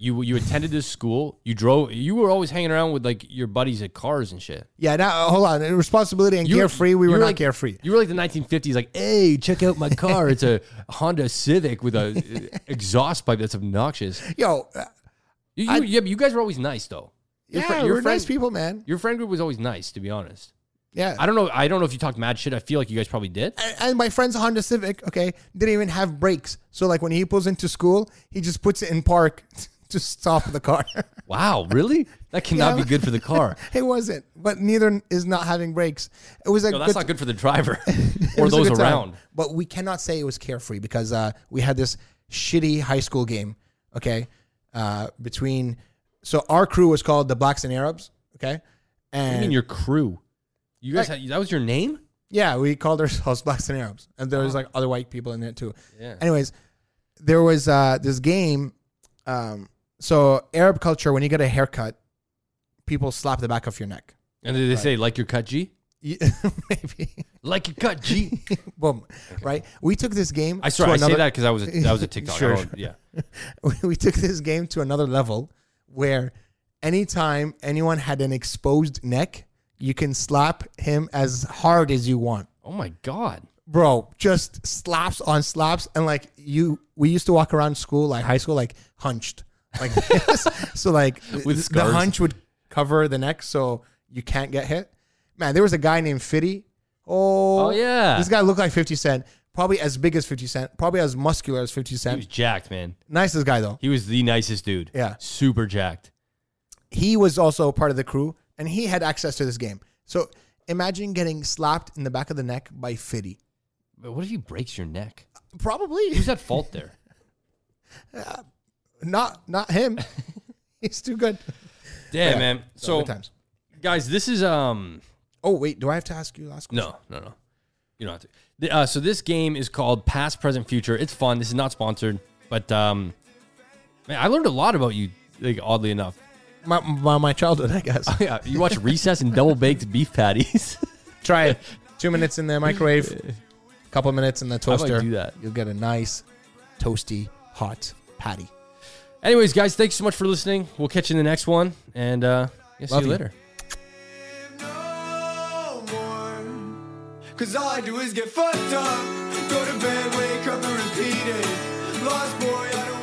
Speaker 1: You you attended this school. You drove. You were always hanging around with like your buddies at cars and shit.
Speaker 3: Yeah, now uh, hold on. Responsibility and
Speaker 1: You
Speaker 3: carefree. We
Speaker 1: you
Speaker 3: were not
Speaker 1: like-
Speaker 3: carefree.
Speaker 1: You were like the 1950s, like, hey, check out my car. It's a Honda Civic with a uh, exhaust pipe that's obnoxious.
Speaker 3: Yo, uh,
Speaker 1: You, you,
Speaker 3: I-
Speaker 1: yeah, but you guys were always nice though.
Speaker 3: yeah,
Speaker 1: fri-
Speaker 3: we're nice people, man.
Speaker 1: Your friend group was always nice, to be honest.
Speaker 3: Yeah,
Speaker 1: I don't know. I don't know if you talked mad shit. I feel like you guys probably did.
Speaker 3: and, and my friend's Honda Civic, okay, didn't even have brakes. So like when he pulls into school, he just puts it in park to stop the car.
Speaker 1: Wow, really? That cannot
Speaker 3: Yeah.
Speaker 1: be good for the car.
Speaker 3: it wasn't, but neither is not having brakes. It was a
Speaker 1: No, that's
Speaker 3: good,
Speaker 1: not good for the driver
Speaker 3: it
Speaker 1: or
Speaker 3: was a
Speaker 1: those
Speaker 3: good time.
Speaker 1: around.
Speaker 3: But we cannot say it was carefree because uh, we had this shitty high school game. Okay, uh, between so our crew was called the Blacks and Arabs. Okay, and
Speaker 1: I mean, your crew. You guys,
Speaker 3: Like-
Speaker 1: had, that was your name.
Speaker 3: Yeah, we called ourselves Blacks and Arabs, and there was like other white people in it too.
Speaker 1: Yeah.
Speaker 3: Anyways, there was uh, this game. Um, so Arab culture, when you get a haircut, people slap the back of your neck.
Speaker 1: And did they say like your cut G?
Speaker 3: You- Maybe,
Speaker 1: Like your cut G.
Speaker 3: boom, right? We took this game.
Speaker 1: I swear,
Speaker 3: to
Speaker 1: I say
Speaker 3: another-
Speaker 1: that because I was a, that was a TikTok. I
Speaker 3: Sure,
Speaker 1: don't-
Speaker 3: sure.
Speaker 1: Yeah.
Speaker 3: we took this game to another level, where anytime anyone had an exposed neck, you can slap him as hard as you want.
Speaker 1: Oh my god.
Speaker 3: bro, just slaps on slaps, and like you, we used to walk around school, like high school, like hunched, like this. so like
Speaker 1: With
Speaker 3: the
Speaker 1: scars.
Speaker 3: hunch would cover the neck, so you can't get hit. Man, there was a guy named Fitty. Oh,
Speaker 1: Oh, yeah.
Speaker 3: this guy looked like Fifty Cent, probably as big as Fifty Cent, probably as muscular as Fifty
Speaker 1: He
Speaker 3: Cent.
Speaker 1: was jacked, man.
Speaker 3: Nicest guy though.
Speaker 1: He was the nicest dude.
Speaker 3: Yeah.
Speaker 1: Super jacked.
Speaker 3: He was also part of the crew, and he had access to this game. So imagine getting slapped in the back of the neck by Fitty.
Speaker 1: But what if he breaks your neck?
Speaker 3: Probably
Speaker 1: Who's at fault there?
Speaker 3: not not him. He's too good.
Speaker 1: Damn, man. So,
Speaker 3: Good times.
Speaker 1: guys, this is um.
Speaker 3: Oh wait, do I have to ask you last question?
Speaker 1: No, no, no. You don't have to. The- Uh, so this game is called Past, Present, Future. It's fun. This is not sponsored, but um, man, I learned a lot about you. Like oddly enough,
Speaker 3: My, my, my childhood, I guess.
Speaker 1: yeah, you watch Recess and double baked beef patties.
Speaker 3: Try it. Two minutes in the microwave, couple minutes in the
Speaker 1: might
Speaker 3: toaster.
Speaker 1: do that.
Speaker 3: You'll get a nice, toasty, hot patty.
Speaker 1: Anyways, guys, thanks so much for listening. We'll catch you in the next one, and uh, yeah, see
Speaker 3: Love
Speaker 1: you
Speaker 3: you.
Speaker 1: later.
Speaker 2: no more. Cause all I do is get fucked up. Go to bed, wake up and repeat it. Lost boy, I don't